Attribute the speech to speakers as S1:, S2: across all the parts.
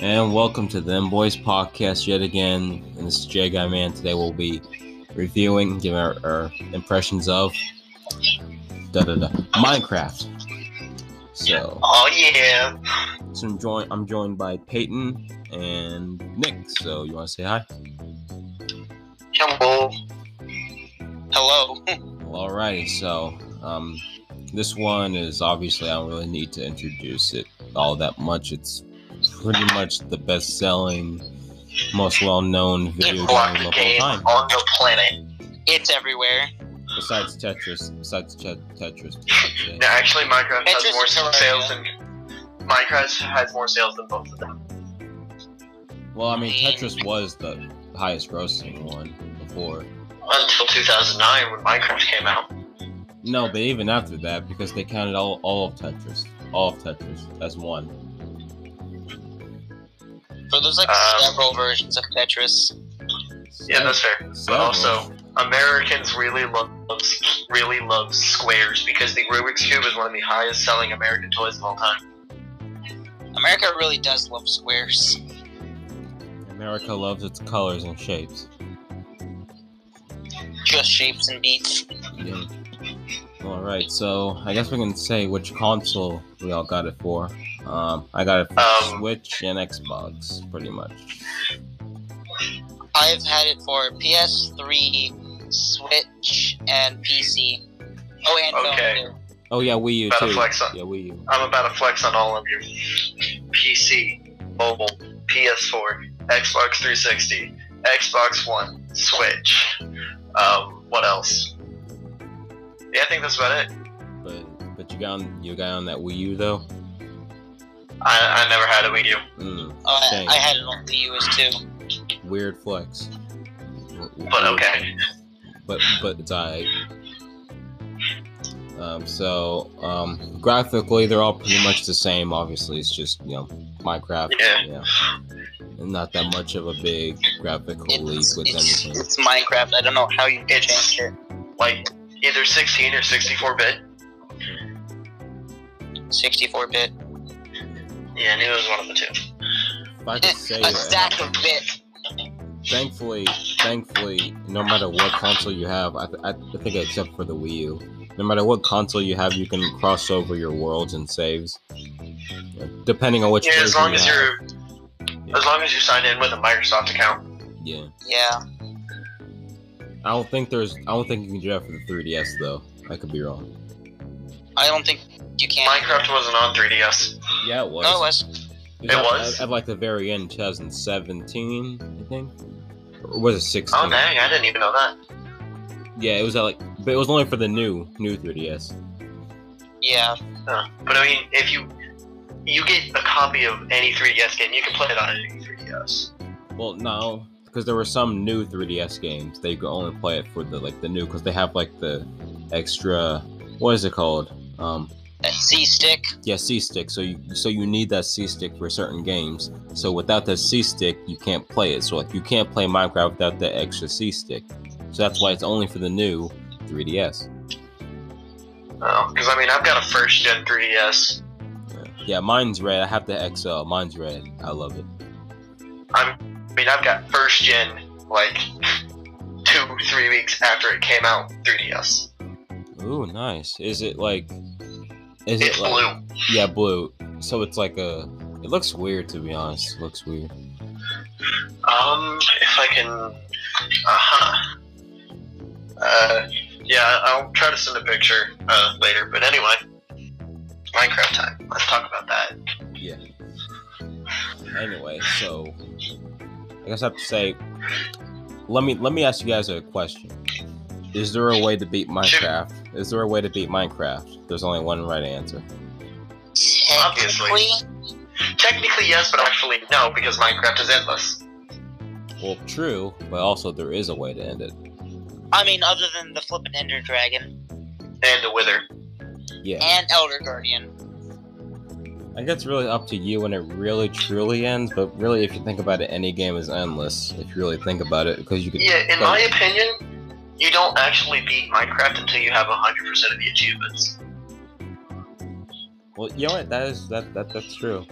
S1: And welcome to the Them Boys podcast yet again. And this is Jay Guy Man. Today we'll be reviewing, giving our, our impressions of da da da Minecraft. So,
S2: Oh yeah.
S1: so I'm joined. I'm joined by Peyton and Nick. So you want to say hi?
S2: Jumbo. Hello.
S1: Well, alrighty. So, um, this one is obviously I don't really need to introduce it all that much. It's pretty much the best-selling, most well-known video game
S2: Block
S1: of all
S2: game
S1: time.
S2: on the planet. It's everywhere.
S1: Besides Tetris, besides Tet Tetris. I'd say.
S3: No, actually, Minecraft has
S2: Tetris
S3: more
S2: is alright,
S3: sales than Minecraft has more sales than both of them.
S1: Well, I mean, Tetris was the highest-grossing one before.
S3: Until 2009, when Minecraft came out.
S1: No, but even after that, because they counted all, all of Tetris, all of Tetris as one.
S2: So there's like
S3: Um,
S2: several versions of Tetris.
S3: Yeah, that's fair. But
S1: Several.
S3: also, Americans really love really love squares because the Rubik's cube is one of the highest selling American toys of all time.
S2: America really does love squares.
S1: America loves its colors and shapes.
S2: Just shapes and beats.
S1: Yeah. All right, so I guess we can say which console we all got it for. Um, I got it for
S3: Um,
S1: Switch and Xbox, pretty much.
S2: I've had it for PS3, Switch, and PC. Oh, and
S3: Okay.
S2: phone
S1: Oh yeah, Wii U
S3: Gotta
S1: too.
S3: flex up.
S1: Yeah, Wii U.
S3: I'm about to flex on all of you: PC, mobile, PS4, Xbox 360, Xbox One, Switch. Um, what else? Yeah, I think that's about it.
S1: But but you got on you got on that Wii U though.
S3: I, I never had a Wii U.
S1: Mm,
S2: too. Oh, I,
S1: Dang.
S2: I had it on the US too.
S1: weird flex. Mm,
S3: But okay.
S1: But but it's alright. Um, so um, graphically, they're all pretty much the same. Obviously, it's just you know Minecraft.
S3: Yeah.
S1: And not that much of a big graphical leap
S2: It's,
S1: with
S2: it's,
S1: anything.
S2: it's Minecraft. I don't know how you can
S3: It's-
S2: change it.
S3: Like either 16 or 64 bit.
S2: 64 bit.
S3: Yeah, I knew it was one of the two.
S1: If I could say, uh,
S2: A stack of bit.
S1: thankfully, thankfully, no matter what console you have, I, th- I th- think except for the Wii U, no matter what console you have, you can cross over your worlds and saves, Yeah, depending on which.
S3: Yeah, as
S1: version
S3: long
S1: you
S3: as
S1: have.
S3: you're as long as you sign in with a Microsoft account.
S1: Yeah,
S2: Yeah.
S1: I don't think there's. I don't think you can do that for the 3DS though. I could be wrong.
S2: I don't think you can. Oh,
S3: Minecraft wasn't on 3DS.
S1: Yeah, it was.
S2: No, it was.
S1: at-
S3: it Oh, was?
S1: At, like the very end, 2017, I think. Or was it 16?
S3: Oh dang, I didn't even know that.
S1: Yeah, it was at like, but it was only for the new new 3DS.
S2: Yeah.
S3: Huh. But I mean, if you you get a copy of any 3DS game, you can play it on any 3DS.
S1: Well, no, because there were some new 3DS games. They could only play it for the like the new, because they have like the extra. What is it called? Um,
S2: That C stick.
S1: yeah, C stick. So you so you need that C stick for certain games. So without that C stick, you can't play it. So like you can't play Minecraft without that extra C stick. So that's why it's only for the new 3DS.
S3: Oh, because I mean, I've got a first gen 3DS.
S1: Yeah, mine's red. I have the XL. Mine's red. I love it.
S3: I'm, I mean, I've got first gen like two, three weeks after it came out 3DS.
S1: Ooh, nice. Is it like? Is
S3: It's
S1: it like?
S3: blue.
S1: Yeah, blue. So it's like a. It looks weird to be honest. It looks weird.
S3: Um, if I can. Uh huh. Uh, yeah, I'll try to send a picture uh, later. But anyway, Minecraft time. Let's talk about that.
S1: Yeah. Anyway, so I guess I have to say, let me let me ask you guys a question. Is there a way to beat Minecraft? Is there a way to beat Minecraft? There's only one right answer.
S3: Obviously.
S2: Technically,
S3: Technically, yes, but actually, no, because Minecraft is endless.
S1: Well, true, but also there is a way to end it.
S2: I mean, other than the flippin' Ender Dragon
S3: And the Wither.
S1: Yeah.
S2: and Elder Guardian.
S1: I guess really up to you when it really truly ends, but really if you think about it, any game is endless if you really think about it because you could
S3: Yeah, in
S1: play-
S3: my opinion, you don't actually beat Minecraft until you have 100% of the achievements.
S1: Well, you know what? That is that, that that's true.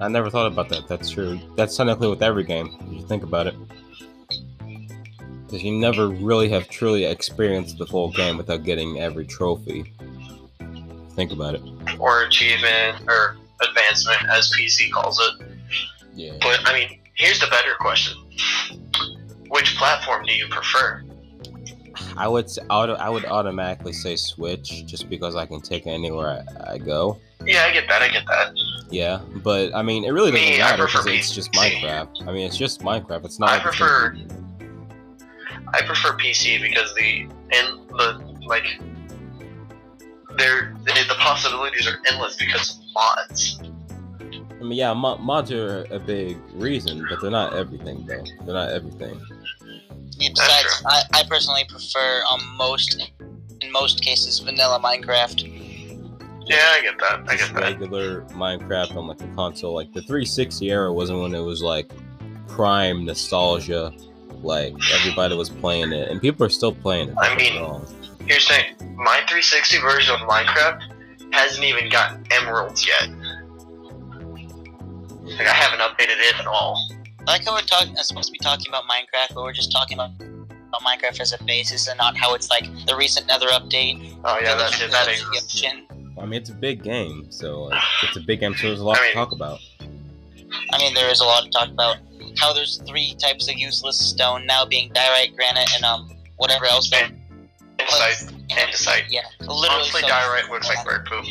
S1: I never thought about that. That's true. That's technically with every game. If you think about it, because you never really have truly experienced the full game without getting every trophy. Think about it.
S3: or achievement or advancement, as PC calls it.
S1: Yeah.
S3: But I mean, here's the better question: Which platform do you prefer?
S1: I would s- auto, I would automatically say Switch just because I can take it anywhere I, I go.
S3: Yeah, I get that. I get that.
S1: Yeah, but I mean, it really doesn't
S3: Me, I
S1: matter
S3: prefer
S1: because it's just
S3: PC.
S1: Minecraft. I mean, it's just Minecraft. It's not.
S3: I
S1: like it's
S3: prefer-
S1: gonna be-
S3: I prefer PC because the and the like, there the, the possibilities are endless because of mods.
S1: I mean, yeah, mo- mods are a big reason, but they're not everything though. They're not everything.
S2: And besides, I, I personally prefer on most, in most cases, vanilla Minecraft.
S3: Yeah, I get that. I
S1: Just
S3: get that.
S1: regular Minecraft on like a console. Like the 360 era wasn't when it was like prime nostalgia. Like everybody was playing it, and people are still playing it.
S3: I
S1: don't get me
S3: mean,
S1: wrong.
S3: Here's the thing: my 360 version of Minecraft hasn't even gotten emeralds yet. Like I haven't updated it at all.
S2: I like how we're talking, uh, supposed to be talking about Minecraft, but we're just talking about, about Minecraft as a basis and not how it's like the recent Nether update.
S3: Oh yeah, that's it. That
S2: the
S3: exists.
S2: option.
S1: I mean, it's a big game, so like, it's a big game, so there's a lot
S3: I
S1: to
S3: mean-
S1: talk about.
S2: I mean, there is a lot to talk about. How there's three types of useless stone now being diorite, granite, and um whatever else. that-
S3: Andesite. Andesite.
S2: Yeah, literally.
S3: Honestly,
S2: so-
S3: diorite looks like bird poop.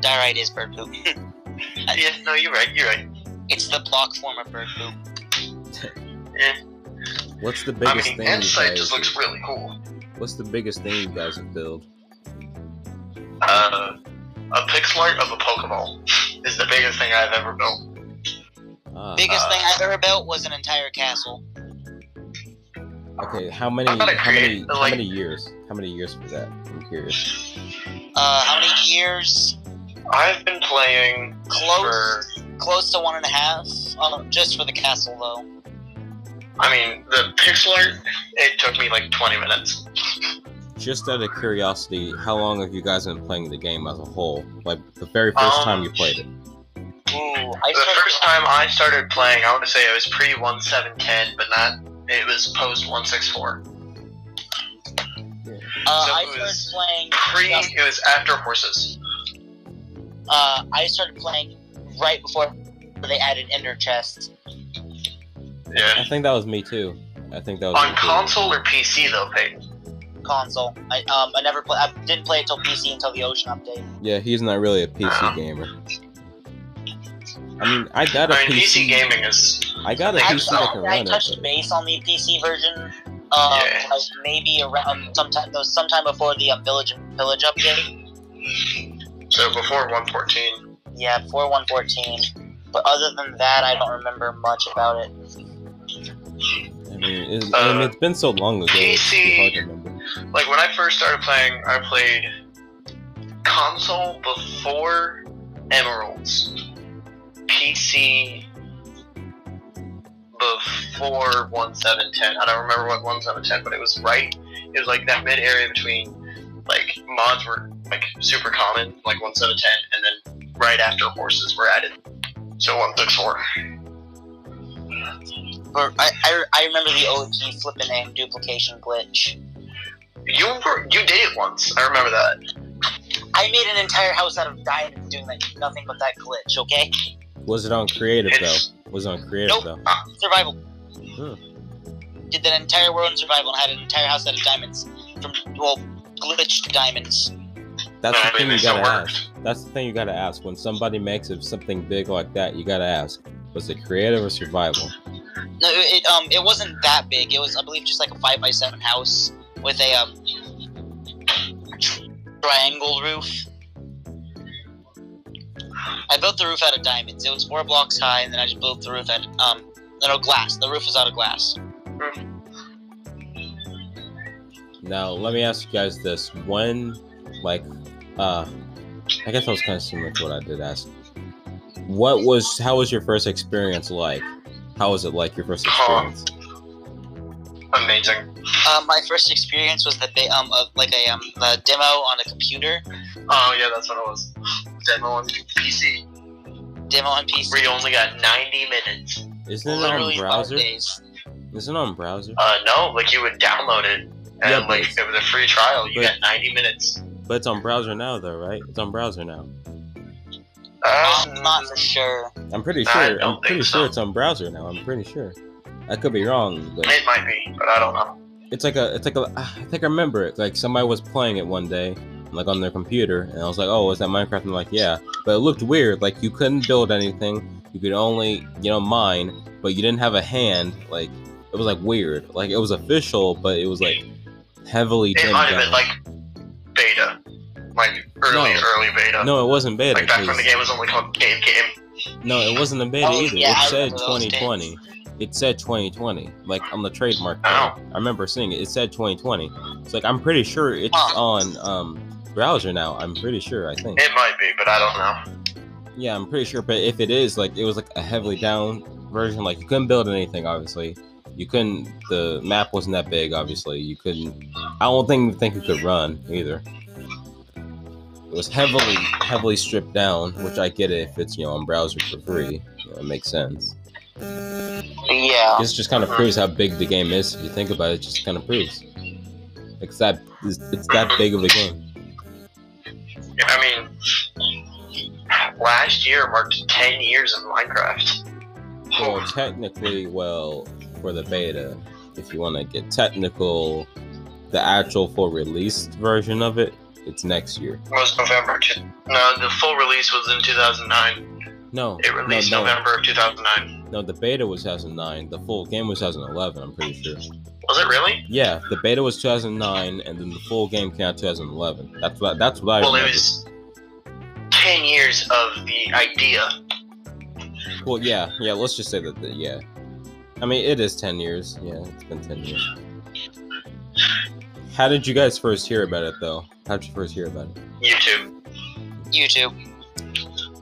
S2: Diorite is bird poop.
S3: Yeah, no, you're right. You're right.
S2: it's the block form of bird poop.
S1: What's the
S3: I
S1: biggest
S3: mean,
S1: thing? You
S3: andesite
S1: guys,
S3: just looks really cool.
S1: What's the biggest thing you guys have built?
S3: Uh, a pixel art of a Pokeball is the biggest thing I've ever built.
S1: Ah,
S2: Biggest
S3: Uh,
S2: thing I've ever built was an entire castle.
S1: okay, how many?
S3: I'm gonna
S1: How many?
S3: create,
S1: How
S3: like-
S1: many years? How many years was that? I'm curious.
S2: Uh, how many years?
S3: I've been playing
S2: Close.
S3: for.
S2: Close to one and a half. Um, just for the castle though.
S3: I mean, the pixel art. It took me like 20 minutes.
S1: Just out of curiosity, how long have you guys been playing the game as a whole? Like the very first
S3: Um,
S1: time you played it.
S2: Ooh, I
S3: The
S2: started-
S3: first time I started playing, I want to say it was pre 1710, but not. It was post 164.
S2: Uh,
S3: so
S2: I
S3: it
S2: started
S3: was
S2: playing.
S3: Pre. It was after horses.
S2: Uh, I started playing right before they added ender chests.
S3: Yeah.
S1: I think that was me too. I think that was
S3: On
S1: me too.
S3: console or PC though, Peyton?
S2: console. I um I never play. I didn't play it till PC until the Ocean update.
S1: Yeah, he's not really a PC
S3: Uh-huh.
S1: gamer. I mean, I got a
S3: I mean,
S1: PC.
S3: PC gaming is
S1: I got a
S3: I
S1: PC that
S3: saw-
S1: can
S2: Actually, I
S1: run it.
S2: touched
S1: but-
S2: base on the PC version. Uh,
S3: Yeah.
S2: like maybe around sometime though sometime before the um, Village and Pillage update.
S3: So before 114.
S2: Yeah, before one fourteen. But other than that, I don't remember much about it.
S1: I mean, it's, I mean,
S3: Uh,
S1: it's been so long ago. It's
S3: PC.
S1: hard to remember.
S3: Like when I first started playing, I played console before Emeralds, PC before 1710. I don't remember what 1710, but it was right. It was like that mid area between like mods were like super common, like 1710, and then right after horses were added. So 164.
S2: But I, I, I remember the OG flippin' name duplication glitch.
S3: You were, you did it once. I remember that.
S2: I made an entire house out of diamonds doing like nothing but that glitch. Okay,
S1: Was it on creative
S3: It's-
S1: though? Was it on creative
S2: Nope.
S1: though?
S2: survival. Did that entire world in survival and had an entire house out of diamonds from well glitched diamonds.
S1: That's
S3: I
S1: the thing
S3: mean,
S1: you
S3: it still
S1: gotta
S3: worked.
S1: ask. That's the thing you gotta ask. When somebody makes it something big like that, you gotta ask: Was it creative or survival?
S2: No, it it, um it wasn't that big. It was I believe just like a five by seven house with a um triangle roof. I built the roof out of diamonds. It was four blocks high, and then I just built the roof out of, um no glass. The roof was out of glass.
S1: Now let me ask you guys this: When, like, uh, I guess that was kind of similar to what I did ask. What was? How was your first experience like? How was it like your first
S3: Huh.
S1: experience?
S3: Amazing.
S2: Um, my first experience was the ba- um of like a um a demo on a computer.
S3: Oh yeah, that's what it was. Demo on PC.
S2: demo on PC.
S3: We only got 90 minutes.
S1: Isn't it on
S2: Literally
S1: browser?
S2: five days.
S1: Isn't it on browser?
S3: Uh, no, like you would download it, and
S1: Yeah, but
S3: like
S1: it's-
S3: it was a free trial.
S1: but-
S3: You got 90 minutes.
S1: But it's on browser now, though, right? It's on browser now.
S3: Um,
S2: I'm Uh, not for sure.
S1: I'm pretty
S3: I
S1: sure.
S3: don't
S1: I'm pretty
S3: think
S1: sure
S3: so.
S1: it's on browser now. I'm pretty sure. I could be wrong, but
S3: It might be, but I don't know.
S1: it's like a, it's like a. ah, I think I remember it. Like somebody was playing it one day, like on their computer, and I was like, "Oh, is that Minecraft?" And they're like, "Yeah," but it looked weird. Like you couldn't build anything. You could only, you know, mine, but you didn't have a hand. Like it was like weird. Like it was official, but it was like heavily
S3: It
S1: dimmed
S3: might have been
S1: down.
S3: like beta, like early,
S1: No.
S3: early beta.
S1: no, it wasn't beta.
S3: like back when
S1: 'cause-
S3: the game was only called Game Game.
S1: No, it wasn't a beta
S2: Oh,
S1: either.
S2: yeah,
S1: it
S2: I
S1: said
S2: remember those
S1: 2020. It said 2020, like on the trademark. thing.
S3: Oh.
S1: I remember seeing it. It said 2020. It's like I'm pretty sure it's
S2: Huh.
S1: on um browser now. I'm pretty sure. I think.
S3: It might be, but I don't know.
S1: Yeah, I'm pretty sure. But if it is, like, it was like a heavily down version. Like you couldn't build anything, obviously. You couldn't. The map wasn't that big, obviously. You couldn't. I don't think think you could run either. It was heavily heavily stripped down, which I get it if it's you know on browser for free. You know, it makes sense.
S2: Yeah.
S1: This just kind of proves how big the game is. If you think about it, it just kind of proves. It's that it's, it's that big of a game.
S3: I mean, last year marked 10 years of Minecraft.
S1: Well, technically, well, for the beta, if you want to get technical, the actual full released version of it, it's next year.
S3: was November. Two- no, the full release was in 2009.
S1: No,
S3: It released
S1: no, no,
S3: November of 2009.
S1: no. The beta was 2009. The full game was 2011. I'm pretty sure.
S3: Was it really?
S1: Yeah, the beta was 2009, and then the full game came out 2011. That's what that's what I
S3: well, it
S1: remember.
S3: was 10 years of the idea.
S1: Well, yeah, yeah. Let's just say that, that- yeah. I mean, it is ten years. Yeah, it's been ten years. How did you guys first hear about it, though? How did you first hear about it?
S3: YouTube.
S2: YouTube.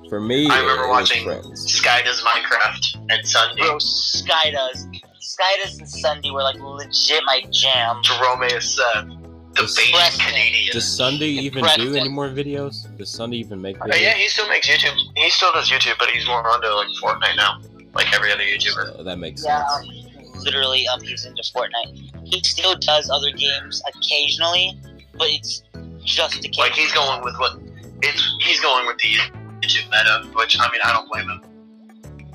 S1: For me,
S3: I remember
S1: it was
S3: watching
S1: Friends.
S3: Sky does Minecraft and Sunday.
S2: Bro, Sky does. Sky does and Sunday were like legit my jam.
S3: Jerome is uh, the
S1: Just-
S3: baby
S2: Preston.
S3: Canadian.
S1: Does Sunday even do
S2: Preston.
S1: any more videos? Does Sunday even make
S3: Uh, yeah,
S1: videos?
S3: he still makes YouTube. He still does YouTube, but he's more onto like Fortnite now, like every other YouTuber.
S1: So Uh, that makes
S2: Yeah,
S1: sense.
S2: um, literally up he's into Fortnite. He still does other games occasionally, but it's just occasionally.
S3: Like he's going with what it's he's going with the YouTube meta, which I mean I don't blame him.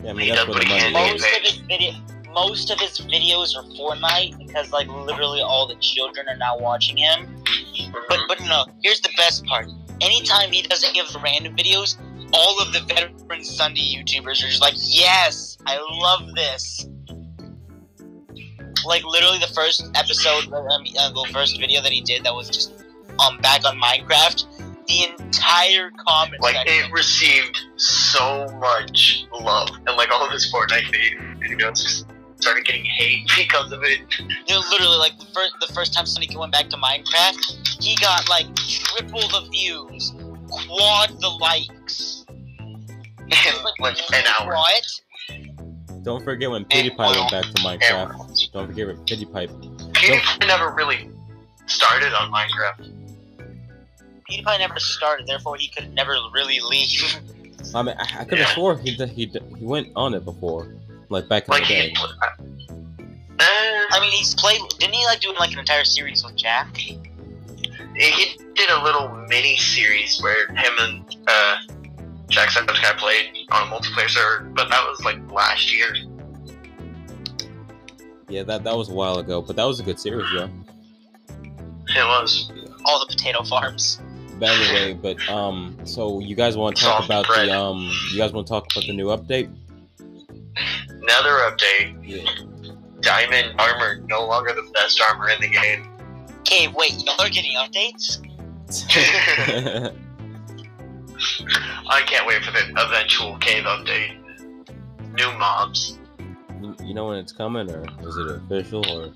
S1: Yeah, I mean
S3: he
S1: that's
S3: does
S1: where
S3: what
S1: the
S3: he can
S1: money
S3: do.
S1: is.
S2: most of his video, most of his videos are Fortnite because like literally all the children are now watching him. But but no, here's the best part. Anytime he does any of the random videos, all of the veteran Sunday YouTubers are just like, "Yes, I love this." Like literally the first episode, or, um, uh, the first video that he did that was just um back on Minecraft. The entire comment
S3: like
S2: section.
S3: it received so much love, and like all of his Fortnite videos just started getting hate because of it.
S2: They're literally like the first the first time Sonic went back to Minecraft, he got like triple the views, quad the likes.
S3: In like an hour.
S2: What?
S1: Don't forget when PewDiePie went back to Minecraft. Don't forget when PewDiePie.
S3: PewDiePie never really started on Minecraft.
S2: PewDiePie never started, therefore he could never really leave.
S1: I mean, I, I could have
S3: Yeah.
S1: swore he, d- he d- he went on it before, like back in
S3: Like
S1: the
S3: he.
S1: day.
S3: Uh, uh,
S2: I mean, he's played. Didn't he like do like an entire series with Jack?
S3: he did a little mini series where him and uh, Jack Guy played on a multiplayer server, but that was like last year.
S1: Yeah, that that was a while ago, but that was a good series, yeah.
S3: It was.
S2: All the potato farms.
S1: But anyway, but um, so you guys want to talk
S3: Soft
S1: about
S3: bread.
S1: the um, you guys want to talk about the new update?
S3: Another update
S1: Yeah.
S3: Diamond Armor, no longer the best armor in the game.
S2: Okay, wait, y'all are getting updates?
S3: I can't wait for the eventual cave update. New mobs.
S1: you, you know when it's coming, or is it official, or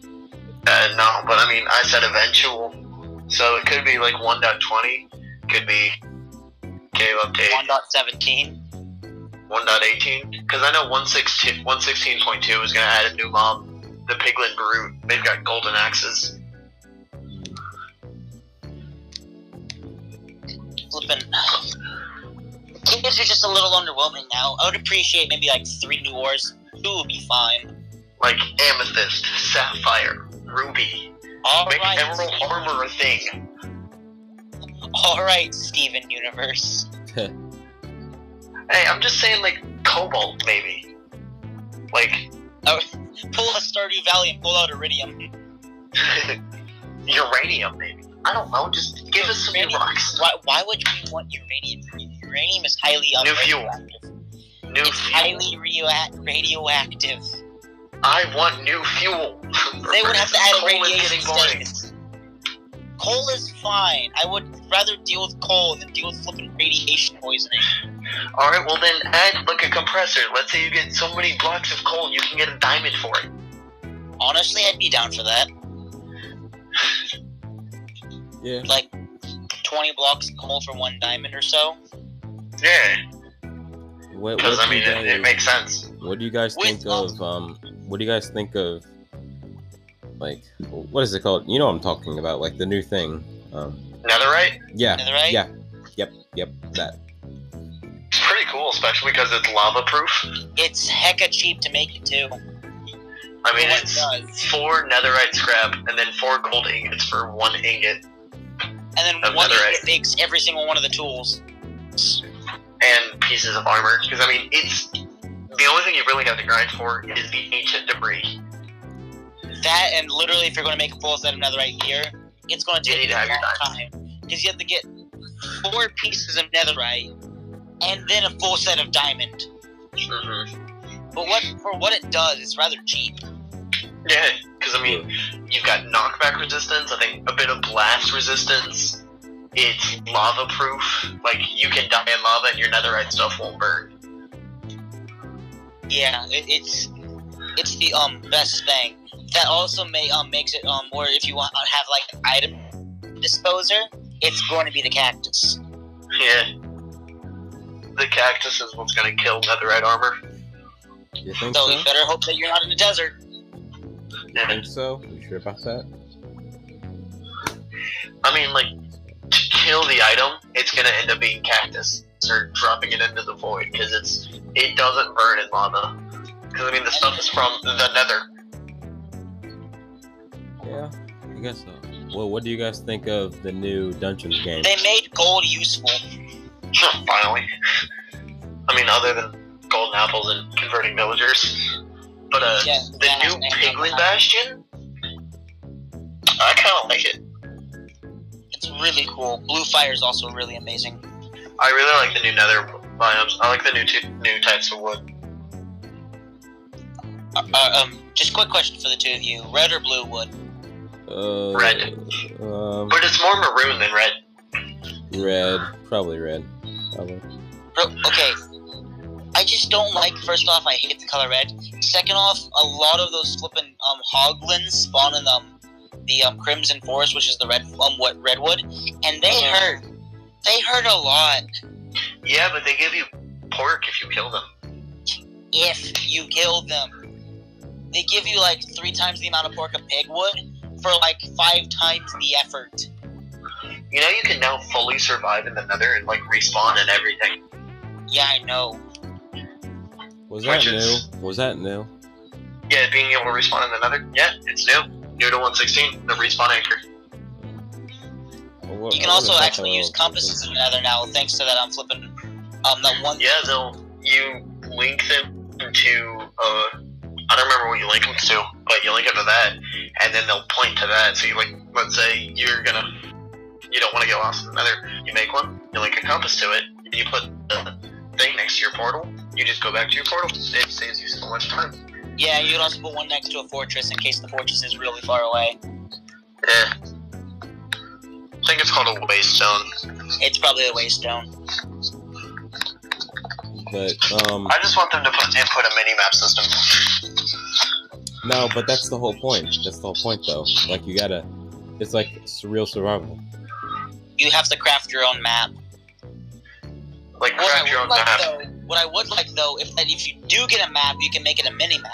S3: Uh, no, but I mean, I said eventual. So it could be like 1.20, could be cave update.
S2: One dot seventeen.
S3: 1.18 because I know 116 116.2 is going to add a new mob, the Piglin Brute. They've got golden axes.
S2: Flippin'. Kids are just a little underwhelming now. I would appreciate maybe like three new ores. Two will be fine.
S3: Like amethyst, sapphire, ruby.
S2: All
S3: Make
S2: right,
S3: emerald
S2: Steven.
S3: armor a thing.
S2: All right, Steven Universe.
S3: Hey, I'm just saying, like cobalt maybe. Like
S2: Pull a Stardew Valley and pull out Iridium.
S3: uranium maybe. I don't know. Just give us some new
S2: Uranium.
S3: rocks,
S2: Why, why would you want uranium? Uranium is highly um,
S3: New fuel.
S2: radioactive.
S3: new
S2: It's
S3: fuel.
S2: highly radioac- radioactive.
S3: I want new fuel.
S2: They would have to add a
S3: Coal is
S2: radiation
S3: getting boring.
S2: status. Coal is fine. I would rather deal with coal than deal with flipping radiation poisoning.
S3: All right, well then add like a compressor. Let's say you get so many blocks of coal, you can get a diamond for it.
S2: Honestly, I'd be down for that.
S1: Yeah.
S2: Like 20 blocks of coal for one diamond or so.
S3: Yeah,
S1: What,
S3: because
S1: what
S3: I
S1: do you
S3: mean it,
S1: guys-
S3: it makes sense.
S1: What do you guys
S2: With
S1: think
S2: lots-
S1: of um what do you guys think of like what is it called? You know what I'm talking about, like the new thing. Um
S3: Netherite,
S1: yeah.
S2: Netherite?
S1: Yeah. Yep, yep, that.
S3: it's pretty cool, especially because it's lava proof.
S2: It's hecka cheap to make it too.
S3: I mean,
S2: What
S3: it's
S2: does?
S3: four netherite scrap and then four gold ingots for one ingot,
S2: And then
S3: Of
S2: one
S3: netherite.
S2: it makes every single one of the tools.
S3: and pieces of armor. Because I mean, it's the only thing you really have to grind for is the ancient debris.
S2: That and literally, if you're going to make a full set of netherite here, it's going to
S3: You
S2: take
S3: need
S2: you
S3: to
S2: a
S3: have your
S2: long time because you have to get four pieces of netherite and then a full set of diamond.
S3: Mm-hmm.
S2: But what for what it does, it's rather cheap.
S3: Yeah, because I mean, you've got knockback resistance. I think a bit of blast resistance. It's lava proof. Like you can die in lava and your netherite stuff won't burn.
S2: Yeah, it, it's it's the um best thing. That also may um makes it um or if you want to have like an item disposer, it's going to be the cactus.
S3: Yeah. The cactus is what's gonna kill netherite armor.
S1: You think
S2: So
S1: so?
S2: you better hope that you're not in the desert.
S1: You think so? You sure about that?
S3: I mean, like, to kill the item, it's gonna end up being cactus or dropping it into the void because it's it doesn't burn in lava. Because I mean, the stuff is from the Nether.
S1: Yeah. I guess so. Well, what do you guys think of the new Dungeons game?
S2: They made gold useful.
S3: Finally, I mean, other than golden apples and converting villagers, but uh,
S2: Yeah,
S3: the new Piglin Bastion, I kind of like it.
S2: It's really cool. Blue fire is also really amazing.
S3: I really like the new Nether biomes. I like the new t- new types of wood.
S2: Uh, uh, um, just quick question for the two of you: red or blue wood?
S1: Uh,
S3: Red.
S1: Um,
S3: But it's more maroon than red.
S1: red. Probably red. Probably.
S2: Bro, okay. I just don't like. First off, I hate the color red. Second off, a lot of those flippin' um hoglins spawn in um the um crimson forest, which is the red um what redwood, and they hurt. They hurt a lot
S3: Yeah, but they give you pork if you kill them.
S2: if you kill them. They give you like three times the amount of pork a pig would for like five times the effort.
S3: You know, you can now fully survive in the Nether and like respawn and everything.
S2: Yeah, I know.
S1: Was that
S3: Which is-
S1: new? Was that new?
S3: Yeah, being able to respawn in the Nether. Yeah, it's new. New to 116, the respawn anchor.
S1: Or what-
S2: You can
S1: what
S2: also
S1: the heck
S2: actually
S1: I
S2: use
S1: was
S2: compasses in another now, thinks to that I'm flipping um that one
S3: Yeah, they'll you link them to uh, I don't remember what you link them to, but you link them to that, and then they'll point to that. So you like, let's say you're gonna, you don't want to get lost in the Nether. You make one, you link a compass to it, and you put the thing next to your portal. You just go back to your portal. It saves you so much time.
S2: Yeah, you could also put one next to a fortress in case the fortress is really far away.
S3: Yeah. I think it's called a waste zone.
S2: It's probably a waystone.
S1: thinking. But um,
S3: I just want them to put input a minimap system.
S1: No, but that's the whole point. That's the whole point, though. Like you gotta, it's like surreal survival.
S2: You have to craft your own map.
S3: Like
S2: What
S3: craft
S2: I
S3: your
S2: would
S3: own
S2: like
S3: map.
S2: though, what I would like though, if that if you do get a map, you can make it a mini map.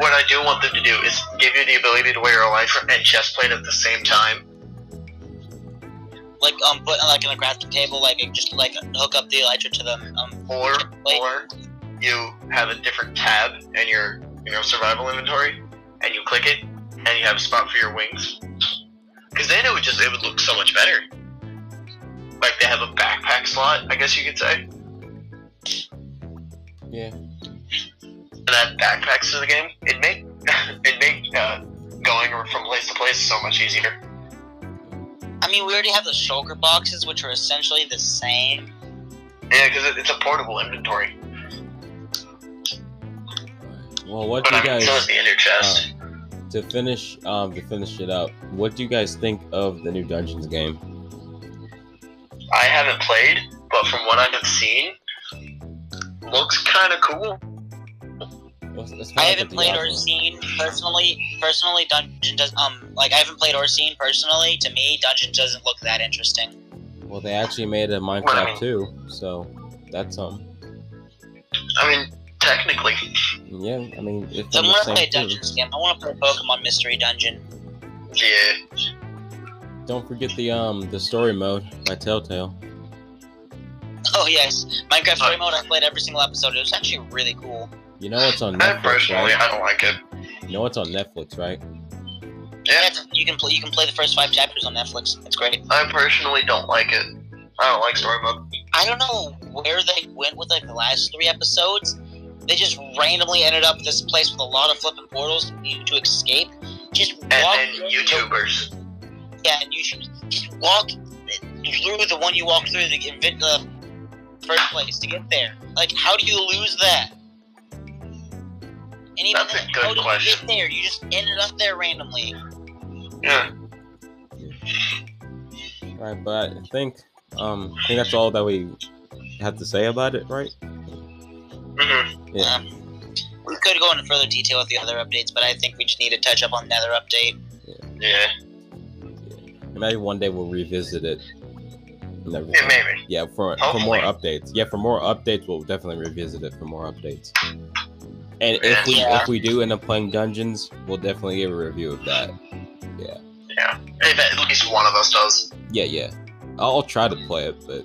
S3: What I do want them to do is give you the ability to wear a life and chest plate at the same time.
S2: like um put like on a crafting table, like just like hook up the elytra to the um
S3: Or
S2: Wait.
S3: or you have a different tab in your in your survival inventory, and you click it, and you have a spot for your wings. Because then it would just it would look so much better. Like they have a backpack slot, I guess you could say.
S1: Yeah.
S3: And add backpacks to the game. It make it make uh, going from place to place so much easier.
S2: I mean, we already have the shulker boxes, which are essentially the same.
S3: Yeah, because it, it's a portable inventory.
S1: Well, what
S3: But
S1: do
S3: I
S1: you
S3: mean, so
S1: guys
S3: is
S1: uh,
S3: the inner chest.
S1: to finish um to finish it up? What do you guys think of the new Dungeons game?
S3: I haven't played, but from what I have seen, looks kind of cool.
S1: Well, it's- it's kinda
S2: I
S1: like a
S2: haven't played or
S1: Diablo.
S2: seen personally. Personally, dungeon does um like I haven't played or seen personally. To me, dungeon doesn't look that interesting.
S1: Well, they actually made a Minecraft too, so that's um.
S3: I mean, technically,
S1: Yeah, I mean, it's
S2: So I'm
S1: on the
S2: gonna
S1: same
S2: play a
S1: too.
S2: dungeon game. I want to play Pokemon Mystery Dungeon.
S3: yeah.
S1: Don't forget the um the story mode by Telltale.
S2: Oh yes, Minecraft Story Mode. I played every single episode. It was actually really cool.
S1: You know it's on
S3: I
S1: Netflix,
S3: personally,
S1: right?
S3: I don't like it.
S1: You know it's on Netflix, right?
S3: Yeah,
S2: That's- you can play. You can play the first five chapters on Netflix. It's great.
S3: I personally don't like it. I don't like story mode.
S2: I don't know where they went with like the last three episodes. They just randomly ended up this place with a lot of flipping portals for you to escape. Just walk.
S3: And then
S2: through the-
S3: YouTubers.
S2: Yeah, and you should just walk through the one you walk through to get in the first place to get there. Like, how do you lose that? And even
S3: That's a
S2: then,
S3: good
S2: how
S3: question.
S2: did you get there? You just ended up there randomly.
S3: Yeah.
S1: All right, but I think um I think that's all that we have to say about it, right?
S3: hmm
S1: Yeah.
S2: Um, we could go into further detail with the other updates, but I think we just need to touch up on another update.
S3: Yeah.
S1: And maybe one day we'll revisit it. And everything.
S3: Yeah, maybe.
S1: Yeah, for for more
S3: Hopefully.
S1: updates. Yeah, for more updates, we'll definitely revisit it for more updates. And if we
S2: Yeah.
S1: if we do end up playing dungeons, we'll definitely give a review of that.
S3: If at least one of us does.
S1: Yeah, yeah. I'll try to play it, but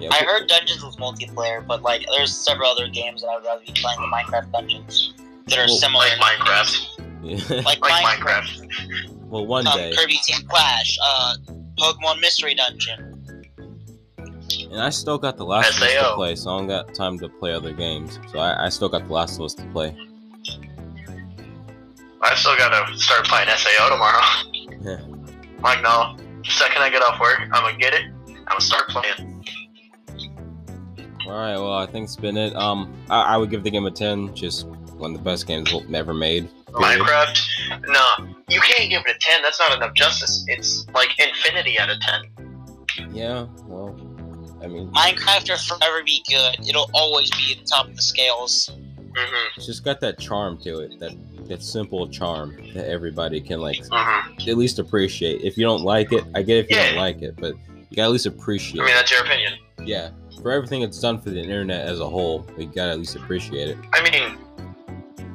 S1: yeah,
S2: I
S1: we-
S2: heard Dungeons was multiplayer, but like, there's several other games that I would rather be playing than Minecraft Dungeons that are
S1: Well,
S2: similar.
S3: Like Minecraft.
S1: Yeah.
S2: Like
S3: Like
S2: Minecraft,
S3: Minecraft.
S1: well, one
S2: um,
S1: day,
S2: Kirby Team Clash, uh, Pokemon Mystery Dungeon.
S1: and I still got the Last of Us to
S3: SAO.
S1: play, so I don't got time to play other games. So I, I still got the Last of Us to play.
S3: I've still gotta start playing SAO tomorrow.
S1: Yeah.
S3: Like, no. Second I get off work, I'm gonna get it. I'm gonna start playing.
S1: All right, well, I think it's been it. Um, I, I would give the game a ten. Just one of the best games we've never made. period.
S3: Minecraft? No. You can't give it a 10. That's not enough justice. It's like infinity out of 10.
S1: Yeah. Well, I mean,
S2: Minecraft will forever be good. It'll always be at the top of the scales.
S3: Mm-hmm.
S1: it's just got that charm to it. That that simple charm that everybody can like
S3: Mm-hmm.
S1: at least appreciate. If you don't like it, I get if you don't
S3: Yeah.
S1: like it, but you gotta at least appreciate.
S3: I mean, that's your opinion.
S1: it. Yeah. For everything it's done for the internet as a whole, we gotta at least appreciate it.
S3: I mean,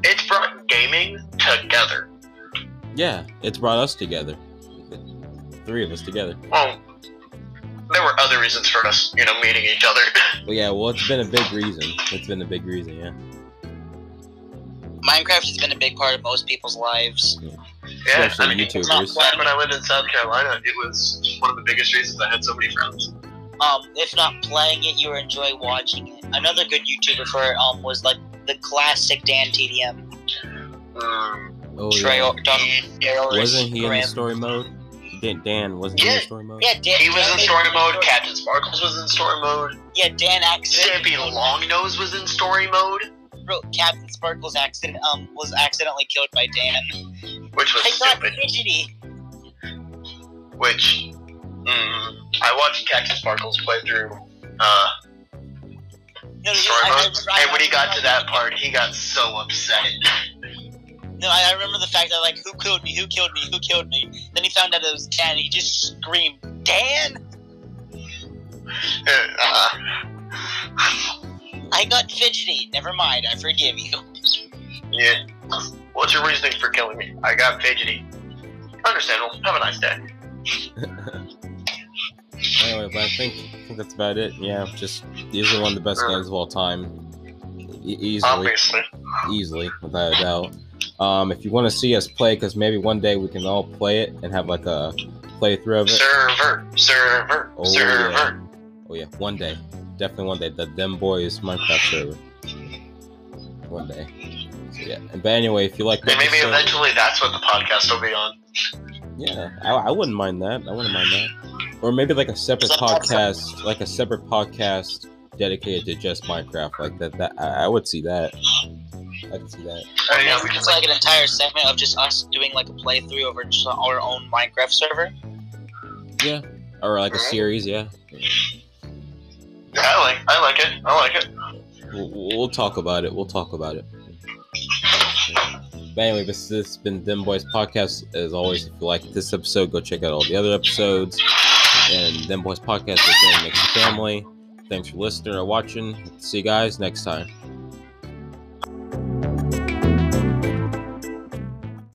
S3: it's brought gaming together.
S1: Yeah, it's brought us together. The three of us together.
S3: Well, there were other reasons for us, you know, meeting each other.
S1: But yeah, well, it's been a big reason. It's been a big reason, yeah.
S2: Minecraft has been a big part of most people's lives.
S3: yeah,
S1: Especially
S3: I mean,
S1: YouTubers.
S3: back when I lived in South Carolina, it was one of the biggest reasons I had so many friends.
S2: Um, if not playing it, you will enjoy watching it. Another good YouTuber for it um, was like the classic Dan TDM.
S3: Mm,
S1: Oh,
S2: Trey
S1: yeah.
S2: or Donald Trey
S1: Wasn't he in the
S2: Graham.
S1: story mode? Dan, Dan wasn't he in
S3: Yeah,
S1: the story mode?
S2: Yeah, Dan.
S3: he was
S2: Dan
S3: in story mode. Captain Sparkles was in story mode.
S2: Yeah, Dan accidentally
S3: Stampy Longnose was in story mode,
S2: bro, Captain Sparkle's accident um was accidentally killed by Dan.
S3: which was
S2: I got
S3: stupid.
S2: fidgety.
S3: Which mm, I watched Captain Sparkles play through. Uh,
S2: No, no,
S3: story
S2: I- I-
S3: mode,
S2: I-
S3: and when he got to that
S2: I-
S3: part, he got so upset.
S2: No, I, I remember the fact that like, who killed me? Who killed me? Who killed me? Then he found out it was Dan. He just screamed, Dan!
S3: Uh,
S2: I got fidgety. Never mind. I forgive you.
S3: yeah. What's your reasoning for killing me? I got fidgety. Understandable. Have a nice day.
S1: Anyway, Oh, but I think I think that's about it. Yeah, just easily one of the best games of all time. E- easily,
S3: Obviously.
S1: easily, without a doubt. Um, if you want to see us play, because maybe one day we can all play it and have like a playthrough of it.
S3: Server, server,
S1: Oh,
S3: server.
S1: Oh yeah, one day, definitely one day. The Them Boys Minecraft server. One day. So, yeah. But anyway, if you like,
S3: And
S1: what
S3: maybe
S1: we're saying-
S3: eventually that's what the podcast will be on.
S1: Yeah, I, I wouldn't mind that. I wouldn't mind that. Or maybe like a separate podcast, like a separate podcast dedicated to just Minecraft. Like that, that I, I would see that. I could see that.
S3: Oh, yeah, we can
S2: it's
S3: like,
S2: like an entire segment of just us doing like a playthrough over just our own Minecraft server.
S1: Or like a series, yeah.
S3: I like, I like it. I like it.
S1: We'll, we'll talk about it. We'll talk about it. But anyway, this this has been Them Boys Podcast. As always, if you like this episode, go check out all the other episodes. And Them Boys Podcast is going to make family. Thanks for listening or watching. See you guys next time.